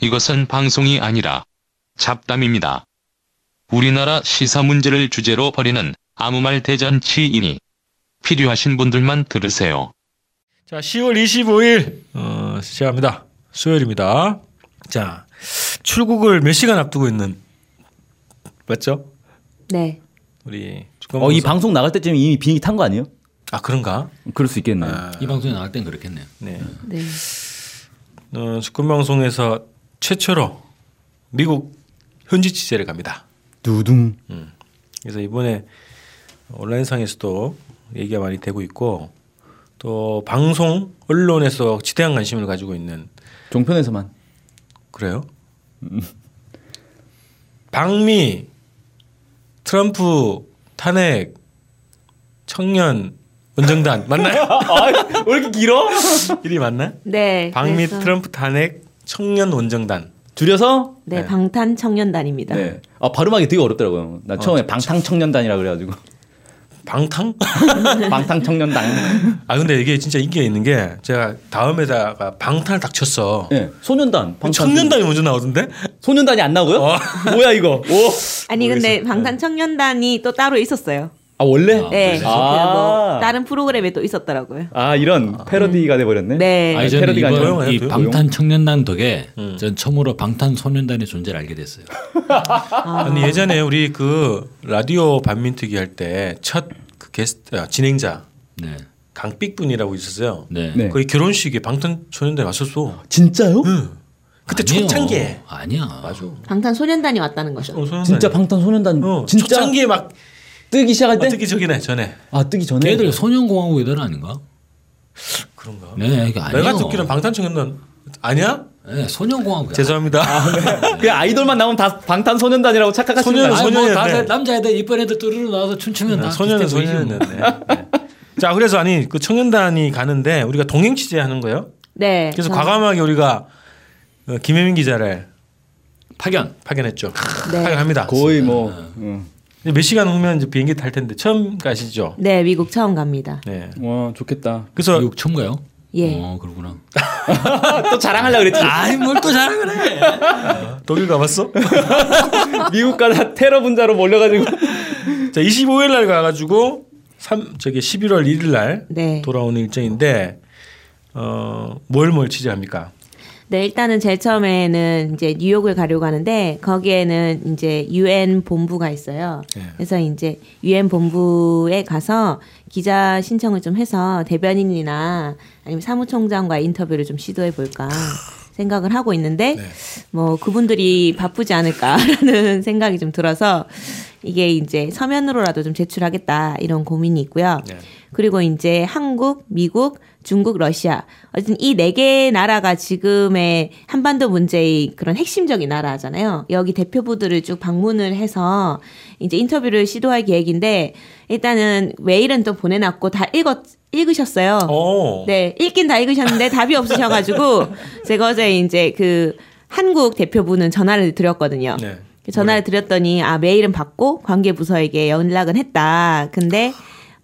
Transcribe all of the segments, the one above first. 이것은 방송이 아니라 잡담입니다. 우리나라 시사 문제를 주제로 벌이는 아무 말 대잔치이니 필요하신 분들만 들으세요. 자, 10월 25일 어, 시작합니다. 수요일입니다. 자, 출국을 몇 시간 앞두고 있는 맞죠? 네. 우리 어, 이 주권방송- 방송 나갈 때쯤 이미 비행기 탄 거 아니에요? 아 그런가? 그럴 수 있겠네요. 아. 이 방송에 나갈 땐 그렇겠네요. 네. 네. 어, 주권 방송에서 최초로 미국 현지 취재를 갑니다. 두둥. 그래서 이번에 온라인상에서도 얘기가 많이 되고 있고 또 방송 언론에서 지대한 관심을 가지고 있는 종편에서만. 그래요? 방미 트럼프 탄핵 청년 원정단 맞나요? 왜 이렇게 길어? 이리 맞나? 네. 방미 그래서- 트럼프 탄핵 청년 원정단 줄여서? 네, 방탄 청년단입니다. 네. 아, 발음하기 되게 어렵더라고요. 나 처음에 방탕 청년단이라 그래가지고. 방탕? 방탕 청년단. 아 근데 이게 진짜 인기가 있는 게 제가 다음에다가 방탄을 딱 쳤어. 네. 소년단. 방탄 청년단이 먼저 나오던데? 소년단이 안 나오고요? 어. 뭐야 이거? 오. 아니 근데 방탄 청년단이 또 따로 있었어요. 아 원래? 아, 네. 그래요? 그냥 아. 뭐 다른 프로그램에 또 있었더라고요. 이런 패러디가 돼버렸네. 네. 아니 아니, 저는 패러디가 아니라 이번 조용해요, 이 조용. 방탄 청년단 덕에 전 처음으로 방탄 소년단의 존재를 알게 됐어요. 아니 예전에 우리 그 라디오 반민특위 할 때 첫 그 게스트 아, 진행자 네, 강삑 분이라고 있었어요. 네. 네. 거의 결혼식에 방탄 소년단 왔었어. 진짜요? 그때 아니에요. 초창기에. 아니야. 맞아. 어, 방탄 소년단이 왔다는 거죠. 소년단이. 진짜 방탄 소년단. 어, 진짜 초창기에 막 뜨기 시작할 때? 어떻게 저기네 전에 아 뜨기 전에. 걔들 소년공화국 애들 아닌가? 그런가. 네, 이게 아니에요. 내가 듣기로는 방탄 소년단 아니야? 네, 아, 소년공화국. 죄송합니다. 그 아이돌만 나오면 다 방탄 소년단이라고 착각하시는 소년은 거예요. 아니 뭐 소년이었네. 네, 다 남자애들 이쁜 애들 뚜루루 나와서 춤추면 다 소년은 비슷해 보이지 뭐. 소년이었네. 네. 자 그래서 아니 그 청년단이 가는데 우리가 동행 취재하는 거예요. 네. 그래서 저- 과감하게 우리가 어, 김혜민 기자를 네. 파견. 파견했죠. 네. 파견합니다. 거의 뭐. 응. 이제 몇 시간 후면 이제 비행기 탈 텐데 처음 가시죠. 네, 미국 처음 갑니다. 네. 와 좋겠다. 그래서 미국 처음 가요? 예. 어, 그러구나. 또 자랑하려 그랬지. 아이 뭘 또 자랑을 해. 독일 가봤어? 미국 가다 테러 분자로 몰려가지고. 자 25일 날 가가지고 삼 저기 11월 1일 날 네. 돌아오는 일정인데 어뭘뭘 취재합니까? 네, 일단은 제일 처음에는 이제 뉴욕을 가려고 하는데 거기에는 이제 UN 본부가 있어요. 그래서 이제 UN 본부에 가서 기자 신청을 좀 해서 대변인이나 아니면 사무총장과 인터뷰를 좀 시도해 볼까 생각을 하고 있는데 뭐 그분들이 바쁘지 않을까라는 생각이 좀 들어서 이게 이제 서면으로라도 좀 제출하겠다 이런 고민이 있고요. 그리고 이제 한국, 미국, 중국, 러시아. 어쨌든 이 네 개의 나라가 지금의 한반도 문제의 그런 핵심적인 나라잖아요. 여기 대표부들을 쭉 방문을 해서 이제 인터뷰를 시도할 계획인데 일단은 메일은 또 보내놨고 다 읽었, 읽으셨어요. 어. 네, 읽긴 다 읽으셨는데 답이 없으셔가지고 제가 어제 이제 그 한국 대표부는 전화를 드렸거든요. 그 네. 전화를 드렸더니 아 메일은 받고 관계 부서에게 연락은 했다. 근데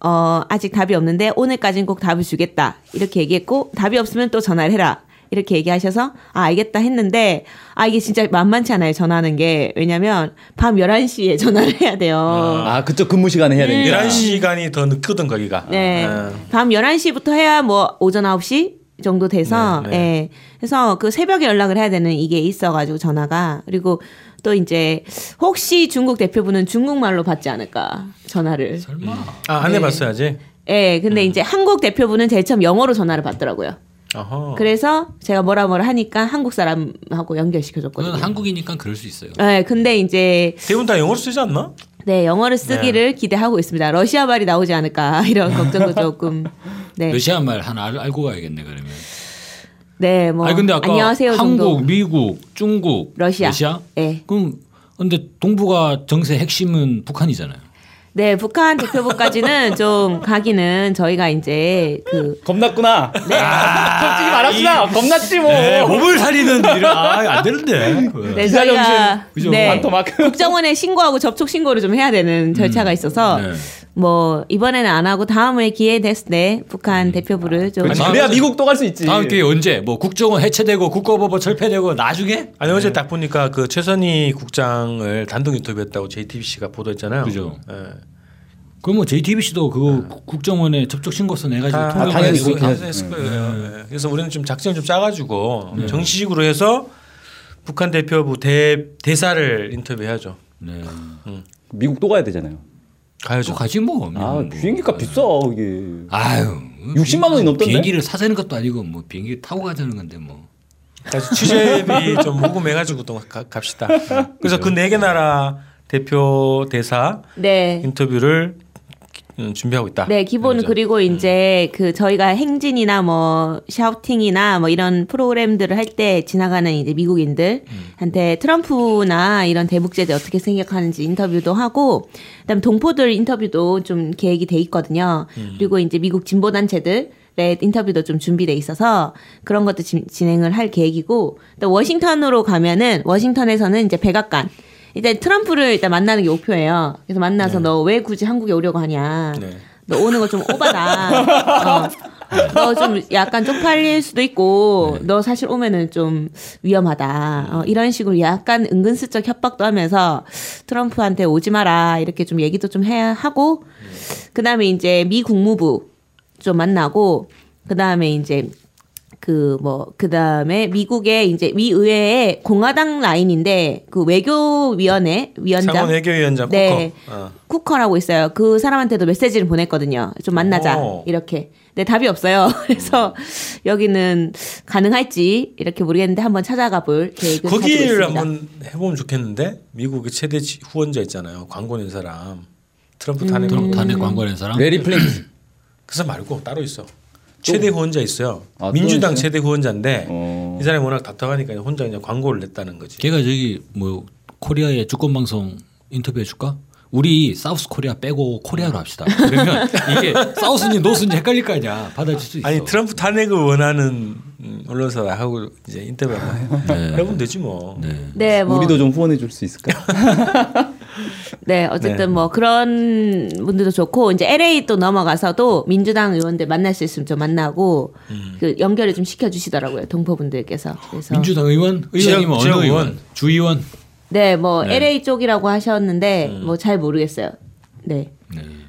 어 아직 답이 없는데 오늘까지는 꼭 답을 주겠다 이렇게 얘기했고 답이 없으면 또 전화를 해라 이렇게 얘기하셔서 아 알겠다 했는데 아 이게 진짜 만만치 않아요 전화하는 게 왜냐면 밤 11시에 전화를 해야 돼요. 아 그쪽 근무 시간에 해야 되니까. 11시간이 더 늦거든 거기가. 네. 아. 밤 11시부터 해야 뭐 오전 9시 정도 돼서 네, 예. 네. 그래서 그 새벽에 연락을 해야 되는 이게 있어 가지고 전화가 그리고 또 이제 혹시 중국 대표부는 중국말로 받지 않을까 전화를. 설마. 아, 네. 안 해봤어야지. 예. 근데 음. 이제 한국 대표부는 제일 처음 영어로 전화를 받더라고요. 어허. 그래서 제가 뭐라 뭐라 하니까 한국 사람하고 연결시켜 줬거든요. 그건 한국이니까 그럴 수 있어요. 예. 근데 이제 대부분 다 영어로 쓰지 않나? 네, 영어를 쓰기를 기대하고 있습니다. 러시아 말이 나오지 않을까 이런 걱정도 조금 네. 러시아 말 하나 알- 알고 가야겠네 그러면. 네, 뭐 아니 근데 아까 안녕하세요 한국, 정도. 미국, 중국, 러시아. 예. 그럼 근데 동북아 정세 핵심은 북한이잖아요. 네, 북한 대표부까지는 좀 가기는 저희가 이제 그 겁났구나. 네. 솔직히 말합시다. 겁났지 뭐. 몸을 사리는 일은 아, 안 되는데. 네, 기사 저희가 뭐 정신, 그죠? 반토막. 음, 국정원에 신고하고 접촉 신고를 좀 해야 되는 절차가 있어서 네. 뭐 이번에는 안 하고 다음에 기회 됐을 때 북한 대표부를 좀 음. 그렇지. 아니, 아, 그래야 다음- 미국 또 갈 수 있지. 다음 기회 언제? 뭐 국정원 해체되고 국가법원 철폐되고 나중에? 아니 어제 딱 보니까 그 최선희 국장을 단독 인터뷰했다고 JTBC가 보도했잖아요. 그죠. 예. 그럼 뭐 JTBC도 그거 국- 국정원에 접촉 신고서 내 가지고 다- 네. 아, 통 다 아, 과 당연히 했 했을, 그렇게 다 해야죠. 아, 했을 거예요. 예. 그래서 우리는 좀 작전을 좀 짜가지고 네. 정식으로 해서 북한 대표부 대 대사를 인터뷰해야죠. 네. 미국 또 가야 되잖아요. 또 가야죠. 가지 뭐. 아 뭐. 비행기값 비싸 이게. 아유. 60만 원이 넘던데? 비행기를 사자는 것도 아니고 뭐 비행기 타고 가자는 건데 뭐. 그래서 취재비 좀 모금해가지고 또 가- 갑시다. 그래서 그 네 개 나라 대표 대사 네. 인터뷰를 음, 준비하고 있다. 네, 기본 그러죠. 음. 그리고 이제 그 저희가 행진이나 뭐 샤우팅이나 뭐 이런 프로그램들을 할 때 지나가는 이제 음. 미국인들한테 트럼프나 이런 대북 제재 어떻게 생각하는지 인터뷰도 하고 그다음 동포들 인터뷰도 좀 계획이 돼 있거든요. 음. 그리고 이제 미국 진보 단체들 의 인터뷰도 좀 준비돼 있어서 그런 것도 지- 진행을 할 계획이고 또 워싱턴으로 가면은 워싱턴에서는 이제 백악관 일단 트럼프를 일단 만나는 게 목표예요. 그래서 만나서 너 왜 굳이 한국에 오려고 하냐. 네. 너 오는 거 좀 오바다. 어. 너 좀 약간 쪽팔릴 수도 있고, 너 사실 오면은 좀 위험하다. 어, 이런 식으로 약간 은근슬쩍 협박도 하면서 트럼프한테 오지 마라. 이렇게 좀 얘기도 좀 해야 하고, 그 다음에 이제 미 국무부 좀 만나고, 그 다음에 이제 그 뭐 그다음에 미국의 이제 미 의회의 공화당 라인인데 그 외교위원회 위원장 상원 외교위원장 네. 쿠커. 어. 쿠커라고 있어요. 그 사람한테도 메시지를 보냈거든요. 좀 만나자 오. 이렇게. 근데 답이 없어요. 그래서 여기는 가능할지 이렇게 모르겠는데 한번 찾아가 볼 계획을 가지고 거기를 있습니다. 한번 해보면 좋겠는데 미국의 최대 지- 후원자 있잖아요. 광고낸 사람 트럼프 탄핵 음. 광고. 음. 탄핵 광고하는 사람? 레리 플링스. 그 사람 말고 따로 있어. 최대 후원자 있어요. 아, 또 민주당 있어요? 최대 후원자인데 어. 이 사람이 워낙 답답하니까 혼자 그냥 광고를 냈다는 거지. 걔가 저기 뭐 코리아의 주권 방송 인터뷰해 줄까? 우리 사우스 코리아 빼고 코리아로 합시다. 그러면 이게 사우스인지 노스인지 헷갈릴 거 아니야. 받아줄 수 있어. 아니 트럼프 탄핵을 원하는 음, 언론사하고 이제 인터뷰 한번 해보면 되지 뭐. 네, 뭐, 우리도 좀 후원해 줄 수 있을까? 네, 어쨌든 뭐 그런 분들도 좋고 이제 LA 또 넘어가서도 민주당 의원들 만날 수 있으면 좀 만나고 음. 그 연결을 좀 시켜주시더라고요 동포분들께서. 그래서 민주당 의원, 지역- 의원이면 어느 지역 의원? 의원. 주의원. 네, 뭐 LA 쪽이라고 하셨는데 뭐 잘 모르겠어요. 네.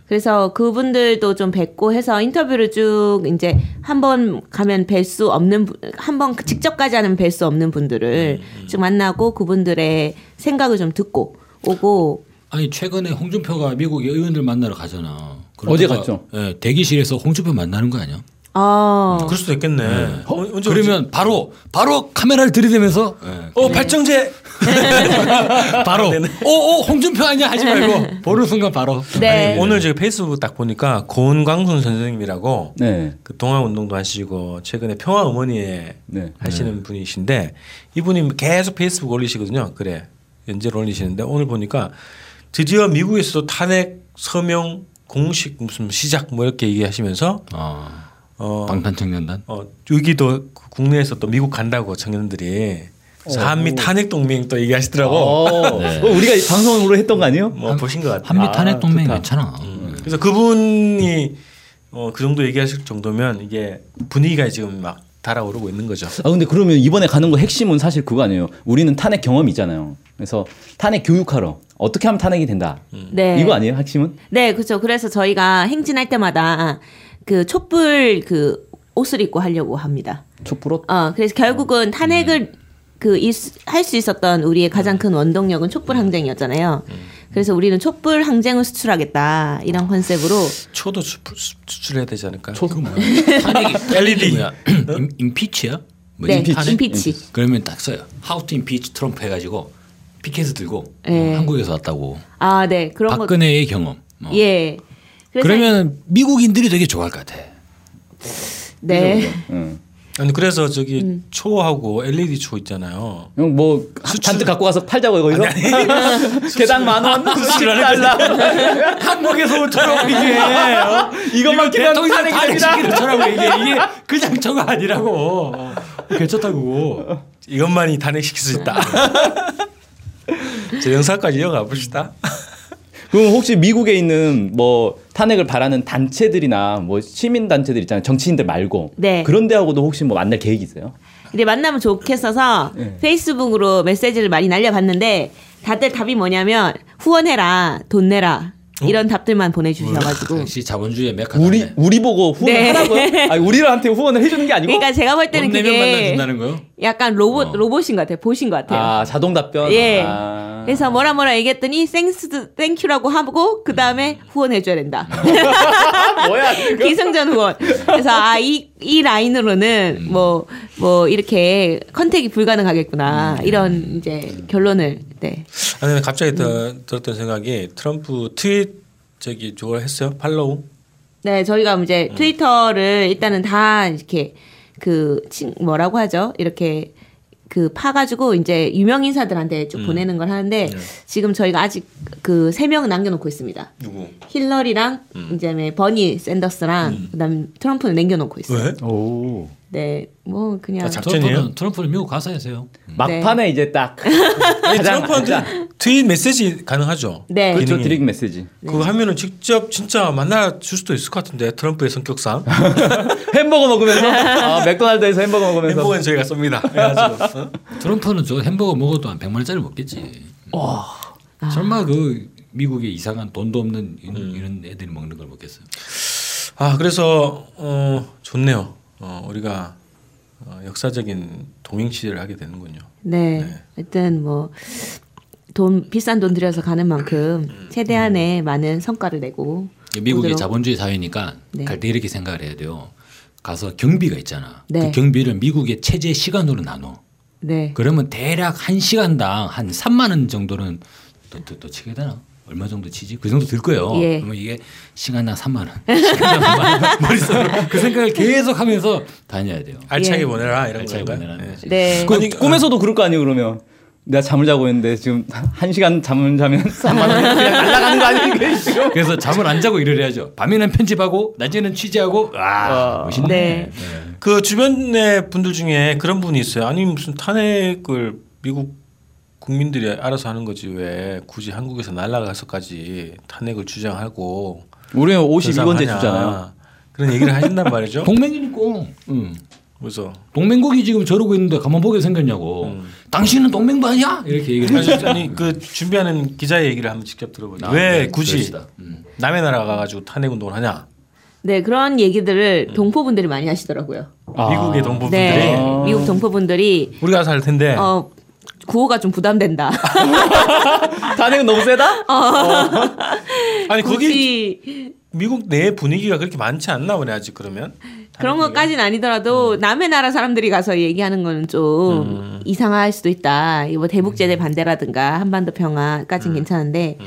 그래서 그분들도 좀 뵙고 해서 인터뷰를 쭉 이제 한 번 가면 뵐 수 없는 한 번그 직접까지 하는 뵐 수 없는 분들을 음, 쭉 만나고 그분들의 생각을 좀 듣고 오고 아니 최근에 홍준표가 미국 의원들 만나러 가잖아. 그러다가, 어제 갔죠? 예, 대기실에서 홍준표 만나는 거 아니야? 어 음, 그렇죠. 그럴 수도 있겠네. 어, 언제 그러면 바로 바로 카메라를 들이대면서 예, 오지? 어 발정제 바로 오오 홍준표 아니야 하지 말고 보는 순간 바로 네. 오늘 제가 페이스북 딱 보니까 고은광순 선생님이라고 네. 그 동아 운동도 하시고 최근에 평화 어머니에 네. 하시는 분이신데 이분이 계속 페이스북 올리시거든요. 그래 연재를 올리시는데 오늘 보니까 드디어 미국에서도 탄핵 서명 공식 무슨 시작 뭐 이렇게 얘기하시면서 어, 어, 방탄청년단 어 여기도 그 국내에서 또 미국 간다고 청년들이 그래서 어, 한미 탄핵 동맹 또 얘기하시더라고. 어, 어, 우리가 방송으로 했던 거 아니에요? 뭐 보신 것 같아. 음. 한미 아, 탄핵 동맹 좋다. 괜찮아. 그래서 그분이 어, 그 정도 얘기하실 정도면 이게 분위기가 지금 막 달아오르고 있는 거죠. 아 근데 그러면 이번에 가는 거 핵심은 사실 그거 아니에요. 우리는 탄핵 경험이 있잖아요. 그래서 탄핵 교육하러 어떻게 하면 탄핵이 된다. 네. 뭐, 이거 아니에요 핵심은? 네, 그렇죠. 그래서 저희가 행진할 때마다 그 촛불 그 옷을 입고 하려고 합니다. 촛불옷. 어, 그래서 음. 결국은 탄핵을 그 할 수 있었던 우리의 음. 가장 큰 원동력은 촛불 항쟁이었잖아요. 그래서 우리는 촛불 항쟁을 수출하겠다 이런 컨셉으로 초도 수출- 수출해야 되지 않을까? 그거 뭐야? 탄핵이 LED. 뭐야? 음. 임- 임피치야? 뭐지? 네 탄핵? 김피치 그러면 딱 써요. How to impeach 트럼프 해가지고 피켓을 들고 예. 어, 한국에서 왔다고. 아 네 그런 거 박근혜의 경험. 어. 예. 그래서 그러면 미국인들이 되게 좋아할 것 같아. 네. 응. 아니 그래서 저기 음. 초하고 LED 초 있잖아요. 형 뭐 잔뜩 갖고 가서 팔자고 거기서 개당 만 원, 90달러 한국에서 온 트럼프 이게 어? 이것만 대통 기면 령 탄핵이 됩니다. 저라고 이게 이게 그냥 저가 아니라고 어, 괜찮다고. 이것만이 탄핵시킬 수 있다. 저 영상까지 이어가 봅시다. 그럼 혹시 미국에 있는 뭐 탄핵을 바라는 단체들이나 뭐 시민 단체들 있잖아요. 정치인들 말고 네. 그런 데하고도 혹시 뭐 만날 계획이 있어요? 근데 만나면 좋겠어서 예. 페이스북으로 메시지를 많이 날려봤는데 다들 답이 뭐냐면 후원해라 돈 내라 어? 이런 답들만 보내주셔가지고 역시 자본주의의 메카. 우리 우리 보고 네. 후원하라고요? 아니 우리한테 후원을 해주는 게 아니고 그러니까 제가 볼 때는 내면 만나 그게 준다는 거요? 어. 약간 로봇 로봇인 것 같아요 보신 것 같아요 아 자동 답변. 예. 아. 그래서 뭐라 뭐라 얘기했더니 땡스 땡큐라고 하고 그 다음에 어, 후원해줘야 된다. 아, 뭐야 지금? 기승전 후원. 그래서 아 이 이 라인으로는 뭐 뭐 이렇게 컨택이 불가능하겠구나 이런 이제 결론을 네. 아니 근데 갑자기 더, 들었던 생각이 트럼프 트윗 저기 저걸 했어요 팔로우 네 저희가 이제 트위터를 일단은 다 이렇게 그 친, 뭐라고 하죠 이렇게 그 파가지고 이제 유명 인사들한테 쭉 보내는 걸 하는데 지금 저희가 아직 그 세 명 남겨놓고 있습니다. 누구 힐러리랑 이제 뭐 버니 샌더스랑 그다음 트럼프는 남겨놓고 있어요. 왜 오 네, 뭐 그냥 아, 자- 작전이에요? 트럼프는, 트럼프는 미국 가사에서요. 막판에 이제 딱 네. 아니 가장 가장. 트럼프한테 트윗 메시지 가능하죠 네, 그렇죠 기능이. 드릭 메시지 그거 하면은 직접 진짜 만나 줄 수도 있을 것 같은데 트럼프의 성격상 햄버거 먹으면서 아, 맥도날드에서 햄버거 먹으면서 햄버거는 저희가 쏩니다 그래가지고 어? 트럼프는 저 햄버거 먹어도 한 100만 원짜리 먹겠지. 설마 그 미국의 이상한 돈도 없는 이런, 이런 애들이 먹는 걸 먹겠어요. 아 그래서 어 좋네요 어 우리가 어, 역사적인 동행 시대를 하게 되는군요 네, 일단 뭐 돈 비싼 돈 들여서 가는 만큼 최대한의 많은 성과를 내고 이게 미국이 오도록- 자본주의 사회니까 네. 갈 때 이렇게 생각을 해야 돼요. 가서 경비가 있잖아. 네. 그 경비를 미국의 체제 시간으로 나눠. 네, 그러면 대략 한 시간당 한 3만 원 정도는 또, 또, 또 치게 되나? 얼마 정도 치지? 그 정도 들 거예요. 예. 그러면 이게 시간당 3만 원. 시간당 3만 원. 머릿속으로 그 생각을 계속 하면서 다녀야 돼요. 알차게 예. 보내라 이런 알차게 건가요? 보내라는 예. 거지. 네, 그 아니, 꿈에서도 그럴 거 아니에요 그러면 내가 잠을 자고 있는데 지금 한 시간 잠을 자면 3만 원 그냥 날라가는 거 아니에요 이게 지금 그래서 잠을 안 자고 일을 해야죠. 밤에는 편집하고 낮에는 취재하고 와 멋있네. 네. 그 주변의 분들 중에 그런 분이 있어요. 아니 무슨 탄핵을 미국 국민들이 알아서 하는 거지 왜 굳이 한국에서 날아가서까지 탄핵을 주장하고 우리는 52번째 저장하냐. 주잖아요 그런 얘기를 하신단 말이죠. 동맹이니까. 음. 그래서 동맹국이 지금 저러고 있는데 가만 보게 생겼냐고. 음. 당신은 동맹부 아니야? 이렇게 얘기를 아니, 하죠. 아니 그 준비하는 기자의 얘기를 한번 직접 들어보죠. 아, 왜 네, 굳이 그럽시다. 음. 남의 나라 가가지고 탄핵 운동을 하냐? 네 그런 얘기들을 동포분들이 많이 하시더라고요. 아. 미국의 동포분들이 네. 네, 아. 미국 동포분들이 우리가 살 텐데 어 구호가 좀 부담된다. 단행은 너무 세다? 아니 거기 굳이 미국 내 분위기가 그렇게 많지 않나 보네 아직 그러면 그런 것까지는 아니더라도 남의 나라 사람들이 가서 얘기하는 거는 좀 이상할 수도 있다. 이거 뭐 대북제재 반대라든가 한반도 평화까지는 괜찮은데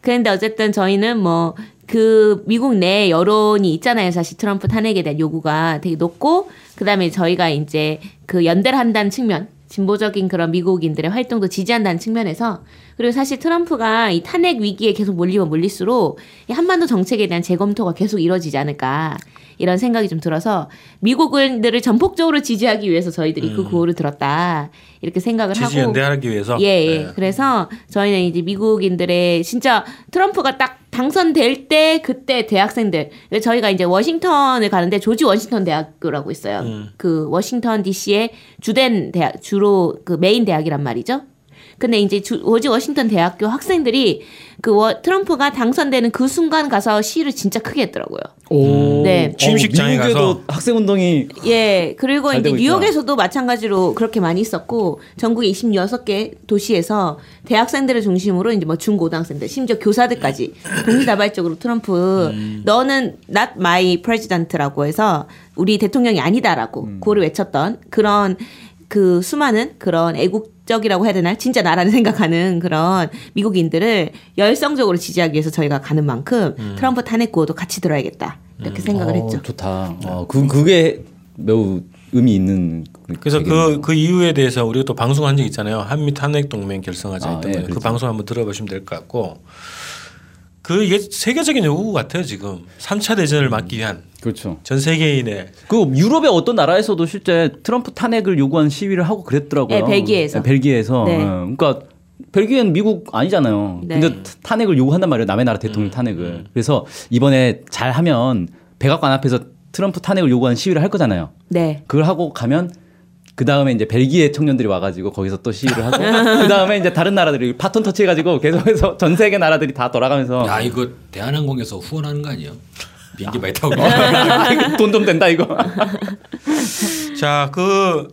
그런데 어쨌든 저희는 뭐 그 미국 내 여론이 있잖아요. 사실 트럼프 탄핵에 대한 요구가 되게 높고 그다음에 저희가 이제 그 연대를 한다는 측면 진보적인 그런 미국인들의 활동도 지지한다는 측면에서 그리고 사실 트럼프가 이 탄핵 위기에 계속 몰리면 몰릴수록 이 한반도 정책에 대한 재검토가 계속 이루어지지 않을까 이런 생각이 좀 들어서 미국인들을 전폭적으로 지지하기 위해서 저희들이 그 구호를 들었다 이렇게 생각을 음. 지지 하고 연대하기 위해서 예, 예. 네. 그래서 저희는 이제 미국인들의 진짜 트럼프가 딱 당선될 때 그때 대학생들 저희가 이제 워싱턴을 가는데 조지 워싱턴 대학교라고 있어요. 음. 그 워싱턴 D.C.의 주된 대학 주로 그 메인 대학이란 말이죠. 근데 이제 주, 조지 워싱턴 대학교 학생들이 그 워, 트럼프가 당선되는 그 순간 가서 시위를 진짜 크게 했더라고요. 오. 어, 네. 음. 취임식장에 미국에도 가서. 학생운동이 예, 그리고 아, 잘 이제 되고 있구나. 뉴욕에서도 마찬가지로 그렇게 많이 있었고, 전국의 26개 도시에서 대학생들을 중심으로 이제 뭐 중고등학생들, 심지어 교사들까지 동시다발적으로 트럼프, 음. 너는 not my president라고 해서 우리 대통령이 아니다라고 음. 구호를 외쳤던 그런 그 수많은 그런 애국적이라고 해야 되나 진짜 나라를 생각하는 그런 미국인들을 열성적으로 지지하기 위해서 저희가 가는 만큼 트럼프 탄핵 구호도 같이 들어야겠다 이렇게 생각을 음. 어, 했죠. 좋다 어, 그, 그게 매우 의미 있는 그래서 그 되겠네요. 그 이유에 대해서 우리가 또 방송한 적 있잖아요. 한미 탄핵 동맹 결성하자 아, 했던 예, 거예요. 그 그렇죠. 방송 한번 들어보시면 될 것 같고 그 이게 세계적인 요구 같아요 지금 3차 대전을 막기 위한 그렇죠 전 세계인의 그 유럽의 어떤 나라에서도 실제 트럼프 탄핵을 요구한 시위를 하고 그랬더라고요. 네, 벨기에에서. 네, 벨기에에서. 네. 예, 그러니까 벨기에는 미국 아니잖아요. 네. 음. 근데 타- 탄핵을 요구한단 말이에요. 남의 나라 대통령 탄핵을. 그래서 이번에 잘하면 백악관 앞에서 트럼프 탄핵을 요구하는 시위를 할 거잖아요. 네. 그걸 하고 가면 그 다음에 이제 벨기에 청년들이 와가지고 거기서 또 시위를 하고 그 다음에 이제 다른 나라들이 바톤 터치해가지고 계속해서 전 세계 나라들이 다 돌아가면서 야 이거 대한항공에서 후원하는 거 아니에요? 비행기 많이 타고 돈 좀 된다 이거. 자, 그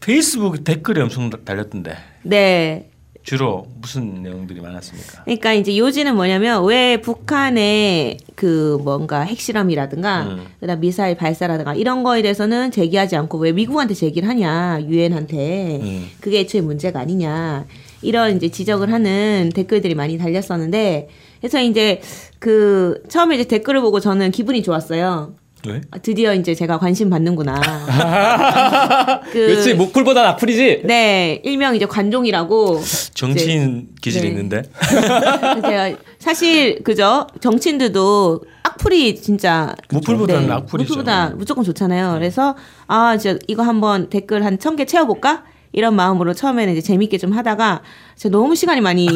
페이스북 댓글이 엄청 다- 달렸던데 네. 주로 무슨 내용들이 많았습니까? 그러니까 이제 요지는 뭐냐면 왜 북한의 그 뭔가 핵실험이라든가 그다음 미사일 발사라든가 이런 거에 대해서는 제기하지 않고 왜 미국한테 제기를 하냐 유엔한테 음. 그게 애초에 문제가 아니냐 이런 이제 지적을 하는 댓글들이 많이 달렸었는데 그래서 이제 그 처음에 이제 댓글을 보고 저는 기분이 좋았어요. 왜? 아, 드디어 이제 제가 관심 받는구나. 그- 그렇지 뭐 목쿨보단 악플이지. 네, 일명 이제 관종이라고 정치인 기질이 네. 있는데 제가 그러니까 사실 그죠 정치인들도 악플이 진짜 네, 무풀보다는 악플이죠. 네. 무조건보다 무조건 좋잖아요. 그래서 아 진짜 이거 한번 댓글 한 천 개 채워볼까 이런 마음으로 처음에는 이제 재밌게 좀 하다가 진짜 너무 시간이 많이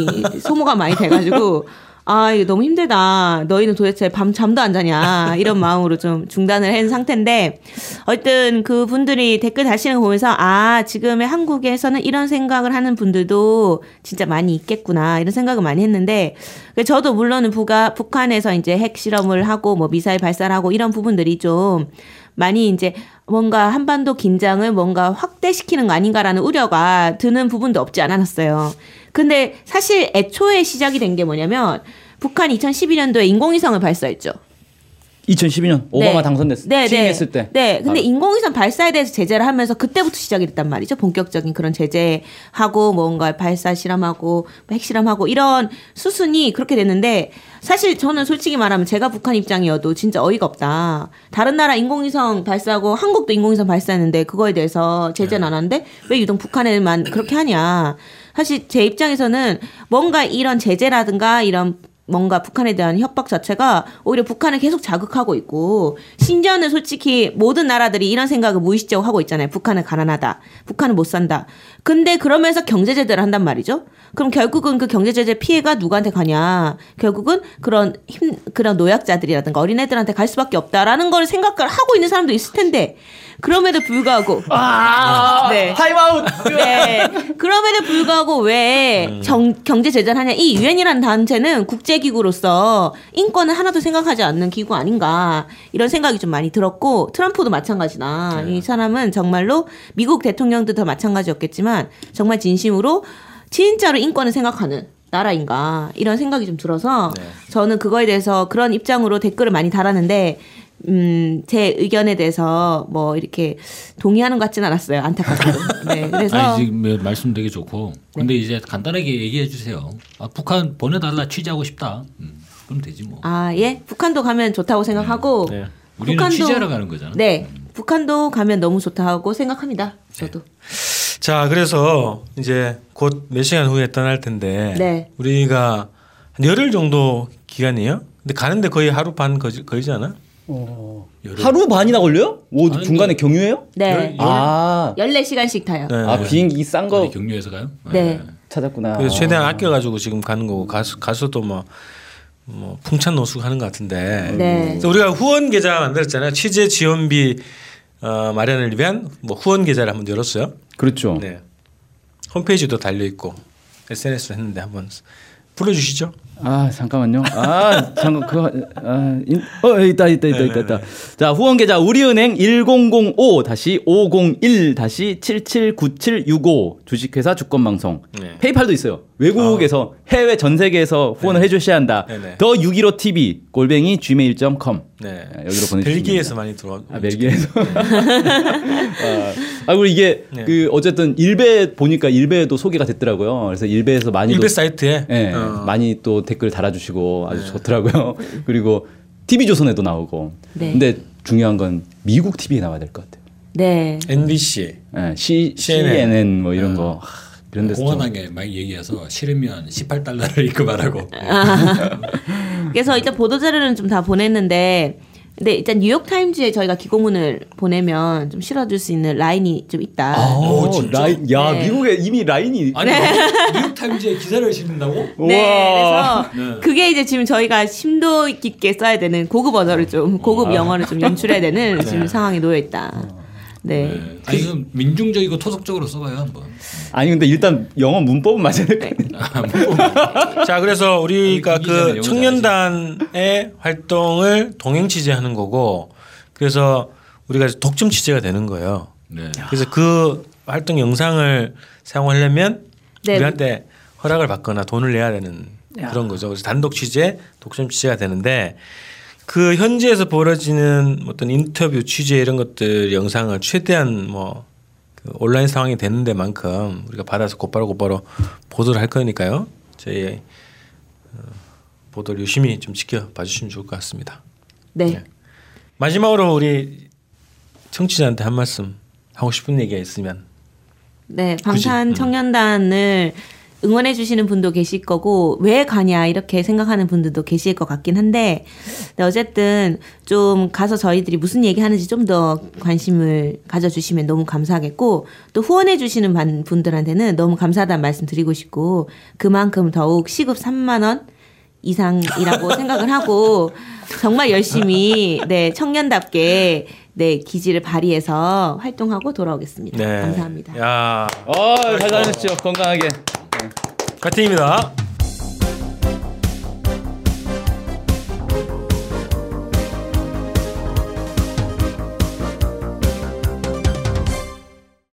소모가 많이 돼가지고 아 이거 너무 힘들다. 너희는 도대체 밤 잠도 안 자냐 이런 마음으로 좀 중단을 한 상태인데 어쨌든 그 분들이 댓글 다시는 거 보면서 아 지금의 한국에서는 이런 생각을 하는 분들도 진짜 많이 있겠구나 이런 생각을 많이 했는데 그 저도 물론은 북아, 북한에서 이제 핵실험을 하고 뭐 미사일 발사를 하고 이런 부분들이 좀 많이 이제 뭔가 한반도 긴장을 뭔가 확대시키는 거 아닌가라는 우려가 드는 부분도 없지 않았어요. 근데 사실 애초에 시작이 된 게 뭐냐면 북한 2012년도에 인공위성을 발사했죠. 2012년 오바마 당선됐을 때 네, 네. 취임했을 때. 네. 근데 바로. 인공위성 발사에 대해서 제재를 하면서 그때부터 시작이 됐단 말이죠. 본격적인 그런 제재하고 뭔가 발사 실험하고 뭐 핵실험하고 이런 수순이 그렇게 됐는데 사실 저는 솔직히 말하면 제가 북한 입장이어도 진짜 어이가 없다. 다른 나라 인공위성 발사하고 한국도 인공위성 발사했는데 그거에 대해서 네. 제재는 안 하는데 왜 유독 북한에만 그렇게 하냐. 사실 제 입장에서는 뭔가 이런 제재라든가 이런 뭔가 북한에 대한 협박 자체가 오히려 북한을 계속 자극하고 있고 심지어는 솔직히 모든 나라들이 이런 생각을 무의식적으로 하고 있잖아요. 북한은 가난하다. 북한은 못 산다. 근데 그러면서 경제 제재를 한단 말이죠. 그럼 결국은 그 경제 제재 피해가 누구한테 가냐? 결국은 그런 힘 그런 노약자들이라든가 어린애들한테 갈 수밖에 없다라는 걸 생각을 하고 있는 사람도 있을 텐데 그럼에도 불구하고 아, 네. 타임아웃. 네. 그럼에도 불구하고 왜 정, 경제 제재를 하냐? 이 유엔이라는 단체는 국제기구로서 인권을 하나도 생각하지 않는 기구 아닌가 이런 생각이 좀 많이 들었고 트럼프도 마찬가지다. 이 사람은 정말로 미국 대통령도 다 마찬가지였겠지만 정말 진심으로 진짜로 인권을 생각하는. 나라인가 이런 생각이 좀 들어서 저는 그거에 대해서 그런 입장으로 댓글을 많이 달았는데 음, 제 의견에 대해서 뭐 이렇게 동의하는 것 같진 않았어요. 안타깝게도. 네, 그래서 네. 아니, 지금 예, 말씀 되게 좋고 근데 이제 간단하게 얘기해 주세요. 아, 북한 보내달라 취재하고 싶다. 음, 그럼 되지 뭐. 아, 예. 북한도 가면 좋다고 생각하고 네. 네. 우리는 취재하러 가는 거잖아. 네. 북한도 가면 너무 좋다고 생각합니다. 저도. 자, 그래서 이제 곧 몇 시간 후에 떠날 텐데 네. 우리가 한 열흘 정도 기간이에요. 근데 가는데 거의 하루 반 거지, 거지 않아? 하루 반이나 걸려요? 오 아니, 중간에 뭐 경유해요? 네. 예. 아, 14시간씩 타요. 네. 아 비행기 싼 어디 거 경유해서 가요? 네. 찾았구나. 그래서 최대한 아껴가지고 지금 가는 거고 가서 가서도 뭐, 뭐 풍찬 노숙 하는 것 같은데. 네. 그래서 우리가 후원 계좌 만들었잖아요. 취재 지원비 어, 마련을 위한 뭐 후원 계좌를 한번 열었어요. 그렇죠. 네. 홈페이지도 달려 있고 SNS도 했는데 한번 불러주시죠. 아 잠깐만요. 아 잠깐 그거 아, 인, 어 있다 있다 있다 있다 네, 있다. 자 후원 계좌 우리은행 1005 다시 501 다시 779765 주식회사 주권방송 네. 아. 페이팔도 있어요. 외국에서 해외 전 세계에서 후원을 해주셔야 한다. 네네. 더 615 TV 골뱅이 gmail.com 네. 아, 여기로 보내주시면 벨기에에서 많이 들어와. 아 벨기에에서 아, 아 그리고 이게 네. 그 어쨌든 일베 보니까 일베도 소개가 됐더라고요. 그래서 일베에서 많이도 일베 네. 사이트에 예, 어. 많이 또 댓글 달아주시고 아주 좋더라고요. 그리고 TV 조선에도 나오고. 네. 근데 중요한 건 미국 TV에 나와야 될 것 같아요. 네. NBC 예, C, CNN. CNN. 뭐 아. 이런 거 하, 이런 데서 좀 공헌하게 많이 얘기해서 싫으면 네. 18달러를 입금하라고. 그래서 일단 보도자료는 좀 다 보냈는데 근데 일단 뉴욕 타임즈에 저희가 기고문을 보내면 좀 실어줄 수 있는 라인이 좀 있다. 아, 어, 오, 라인, 야 네. 미국에 이미 라인이 어, 아니 뭐 뉴욕타임즈에 기사를 실는다고? 우와. 네, 그래서 그게 이제 지금 저희가 심도 깊게 써야 되는 고급 언어를 좀 아. 고급 영어를 좀 연출해야 되는 지금 상황에 놓여 있다. 네. 어. 네. 아니 좀 민중적이고 토속적으로 써봐요 한번. 아니 근데 일단 영어 문법은 맞아야 될 것 같아. 네. 자, 그래서 우리가 우리 김기자는 그 영어 청년단의 활동을 동행 취재하는 거고 그래서 우리가 이제 독점 취재가 되는 거예요. 네. 그래서 그 활동 영상을 사용하려면 네. 우리한테 허락을 받거나 돈을 내야 되는 그런 거죠. 그래서 단독 취재, 독점 취재가 되는데 그 현지에서 벌어지는 어떤 인터뷰 취재 이런 것들 영상을 최대한 뭐그 온라인 상황이 되는 데만큼 우리가 받아서 곧바로 곧바로 보도를 할 거니까요. 저희 어, 보도를 유심히 좀 지켜봐 주시면 좋을 것 같습니다. 네. 마지막으로 우리 청취자한테 한 말씀 하고 싶은 얘기가 있으면 네, 방탄 청년단을 응원해 주시는 분도 계실 거고 왜 가냐 이렇게 생각하는 분들도 계실 것 같긴 한데 네, 어쨌든 좀 가서 저희들이 무슨 얘기하는지 좀 더 관심을 가져주시면 너무 감사하겠고 또 후원해 주시는 반- 분들한테는 너무 감사하다는 말씀 드리고 싶고 그만큼 더욱 시급 3만 원 이상이라고 생각을 하고 정말 열심히 네 청년답게 네 기지를 발휘해서 활동하고 돌아오겠습니다. 감사합니다. 네. 야, 어, 잘 다녔죠. 건강하게. 파팅입니다.